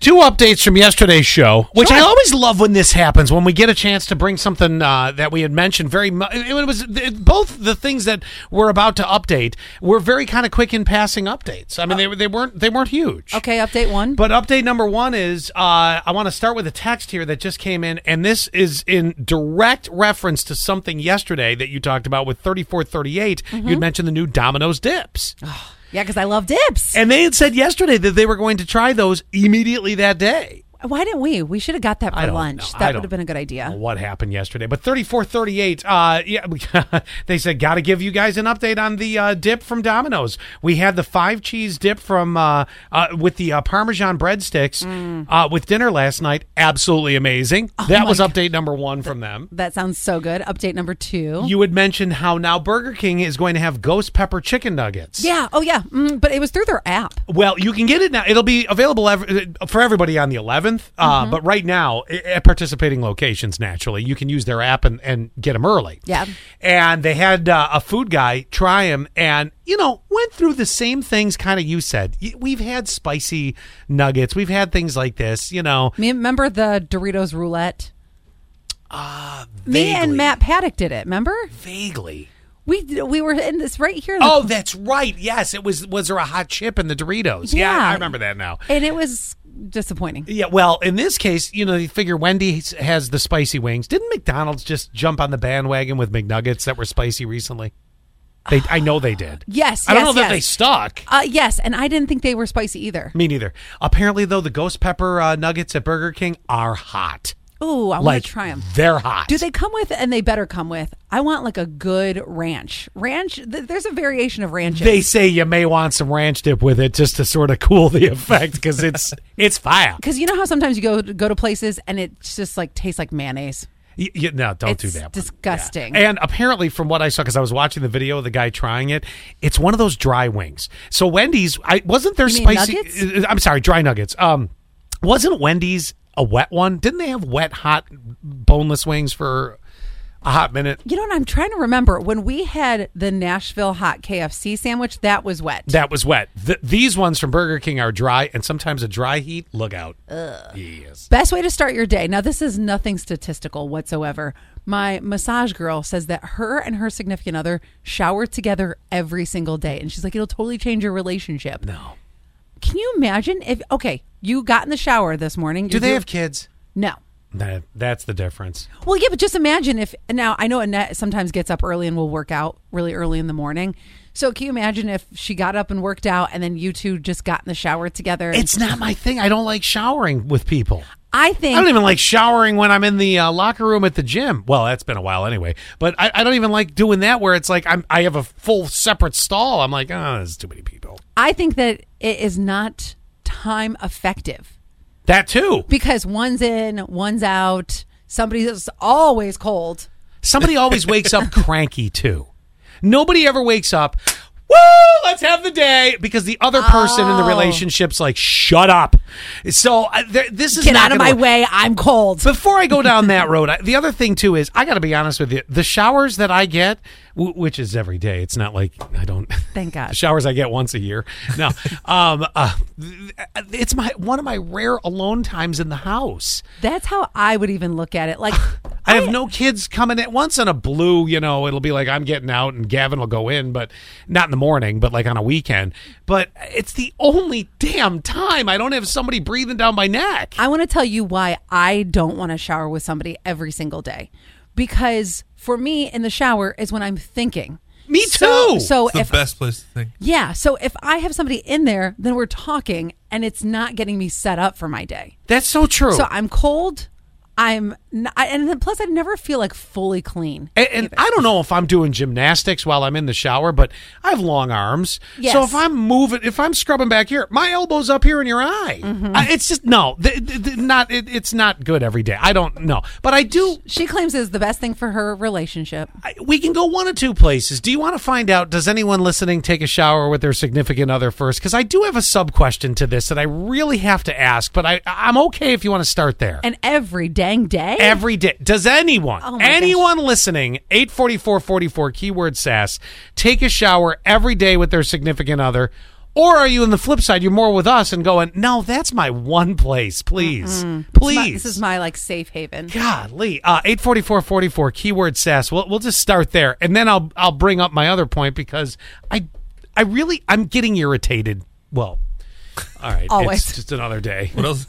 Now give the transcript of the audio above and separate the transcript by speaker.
Speaker 1: two updates from yesterday's show, which I always love when this happens, when we get a chance to bring something uh, that we had mentioned very much. It it was it, both the things that we're about to update were very kind of quick in passing updates. I mean, they, were- they weren't they weren't huge.
Speaker 2: Okay, update one.
Speaker 1: But update number one is uh, I want to start with a text here that just came in, and this is in direct reference to something yesterday that you talked about with 3438. You'd mentioned the new Domino's dips.
Speaker 2: yeah, because I love dips.
Speaker 1: And they had said yesterday that they were going to try those immediately that day.
Speaker 2: Why didn't we? We should have got that
Speaker 1: I
Speaker 2: for
Speaker 1: don't
Speaker 2: lunch.
Speaker 1: know. I
Speaker 2: That
Speaker 1: don't
Speaker 2: would have been a good
Speaker 1: know
Speaker 2: idea.
Speaker 1: What happened yesterday? But 3438 uh yeah, we- they said got to give you guys an update on the uh, dip from Domino's. We had the five cheese dip from uh, uh with the uh, parmesan breadsticks
Speaker 2: Mm.
Speaker 1: uh with dinner last night. Absolutely amazing.
Speaker 2: Oh
Speaker 1: that was update number 1 from them.
Speaker 2: That sounds so good. Update number two.
Speaker 1: You had mentioned how now Burger King is going to have ghost pepper chicken nuggets.
Speaker 2: yeah. Oh, yeah. Mm, but it was through their app.
Speaker 1: Well, you can get it now. It'll be available ev- for everybody on the 11th. Uh,
Speaker 2: Mm-hmm.
Speaker 1: But right now, i- at participating locations, naturally, you can use their app and, and get them early.
Speaker 2: Yeah.
Speaker 1: And they had uh, a food guy try them and, you know, went through the same things kind of you said. Y- We've had spicy nuggets, we've had things like this, you know.
Speaker 2: Me- Remember the Doritos roulette? Me and
Speaker 1: vaguely-
Speaker 2: Matt Paddock did it. Remember?
Speaker 1: Vaguely.
Speaker 2: We we were in this right here.
Speaker 1: Oh, that's right. Yes, it was. Was there a hot chip in the Doritos?
Speaker 2: Yeah.
Speaker 1: I remember that now.
Speaker 2: and it was disappointing.
Speaker 1: Yeah, well, in this case, you know, you figure Wendy's has the spicy wings. Didn't McDonald's just jump on the bandwagon with McNuggets that were spicy recently? They, I know they did.
Speaker 2: Yes,
Speaker 1: I don't
Speaker 2: yes,
Speaker 1: know that
Speaker 2: yes.
Speaker 1: they stuck.
Speaker 2: Uh, yes, and I didn't think they were spicy either.
Speaker 1: Me neither. Apparently, though, the ghost pepper uh, nuggets at Burger King are hot.
Speaker 2: Oh, I want
Speaker 1: like
Speaker 2: to try them.
Speaker 1: They're hot.
Speaker 2: Do they come with? And they better come with. I want like a good ranch. Ranch. Th- there's a variation of ranches.
Speaker 1: They say you may want some ranch dip with it just to sort of cool the effect because it's it's fire.
Speaker 2: Because you know how sometimes you go go to places and it just like tastes like mayonnaise.
Speaker 1: Y y- no, don't do
Speaker 2: It's
Speaker 1: that. one.
Speaker 2: disgusting.
Speaker 1: Yeah. And apparently, from what I saw, because I was watching the video of the guy trying it, it's one of those dry wings. So Wendy's, I wasn't there
Speaker 2: You mean
Speaker 1: spicy. uh,
Speaker 2: nuggets?
Speaker 1: I'm sorry, dry nuggets. Um, wasn't Wendy's a wet one? Didn't they have wet, hot, boneless wings for a hot minute?
Speaker 2: You know what? I'm trying to remember when we had the Nashville hot KFC sandwich. That was wet.
Speaker 1: That was wet. Th- these ones from Burger King are dry, and sometimes a dry heat. Look out. Yes.
Speaker 2: Best way to start your day. Now this is nothing statistical whatsoever. My massage girl says that her and her significant other shower together every single day, and she's like, it'll totally change your relationship.
Speaker 1: No.
Speaker 2: Can you imagine if? Okay, you got in the shower this morning.
Speaker 1: Do they have kids?
Speaker 2: no?
Speaker 1: That, that's the difference.
Speaker 2: Well, yeah, but just imagine if now I know Annette sometimes gets up early and will work out really early in the morning. So can you imagine if she got up and worked out and then you two just got in the shower together?
Speaker 1: It's not my thing. I don't like showering with people.
Speaker 2: I think
Speaker 1: I don't even like showering when I'm in the uh, locker room at the gym. Well, that's been a while anyway. But I, I don't even like doing that where it's like I'm, I have a full separate stall. I'm like, oh, there's too many people.
Speaker 2: I think that it is not time effective
Speaker 1: That too.
Speaker 2: because one's in, one's out. Somebody's always cold.
Speaker 1: Somebody always wakes up cranky too. Nobody ever wakes up, woo, let's have the day, because the other person in the
Speaker 2: Oh.
Speaker 1: relationship's like, shut up. So I, there, this is
Speaker 2: Get
Speaker 1: not
Speaker 2: out of
Speaker 1: gonna
Speaker 2: my
Speaker 1: work.
Speaker 2: way. I'm cold.
Speaker 1: Before I go down that road, I, the other thing too is I got to be honest with you. The showers that I get, w- which is every day, it's not like I don't.
Speaker 2: Thank God.
Speaker 1: The showers I get once a year. No, um, uh, th- it's my one of my rare alone times in the house.
Speaker 2: That's how I would even look at it. Like
Speaker 1: I have no kids coming at once on a blue. You know, it'll be like I'm getting out and Gavin will go in, but not in the morning, but like on a weekend. But it's the only damn time I don't have somebody breathing down my neck.
Speaker 2: I want to tell you why I don't want to shower with somebody every single day. Because for me, in the shower is when I'm thinking.
Speaker 1: Me
Speaker 2: So,
Speaker 1: too.
Speaker 2: so
Speaker 3: the
Speaker 2: if
Speaker 3: best place to think.
Speaker 2: yeah, so if I have somebody in there, then we're talking, and it's not getting me set up for my day.
Speaker 1: That's so true.
Speaker 2: So I'm cold. I'm n- I- and then plus I never feel like fully clean.
Speaker 1: And, and I don't know if I'm doing gymnastics while I'm in the shower, but I have long arms.
Speaker 2: Yes.
Speaker 1: So if I'm moving, if I'm scrubbing back here, my elbow's up here in your eye. I, it's just no, th- th- th- not. It, it's not good every day. I don't know, but I do.
Speaker 2: She claims it is the best thing for her relationship.
Speaker 1: I, we can go one of two places. Do you want to find out? Does anyone listening take a shower with their significant other first? Because I do have a sub question to this that I really have to ask, but I I'm okay if you want to start there.
Speaker 2: And every dang day,
Speaker 1: every day. Does anyone,
Speaker 2: Oh my gosh.
Speaker 1: anyone listening, 84444 keyword sass, take a shower every day with their significant other? Or are you in the flip side? You're more with us and going, no, that's my one place. Please. Please.
Speaker 2: My- this is my like safe haven.
Speaker 1: Golly, uh, eight forty four forty four keyword sass. We'll we'll just start there, and then I'll I'll bring up my other point because I I really I'm getting irritated. Well, all right,
Speaker 2: Always.
Speaker 1: it's just another day.
Speaker 3: What else?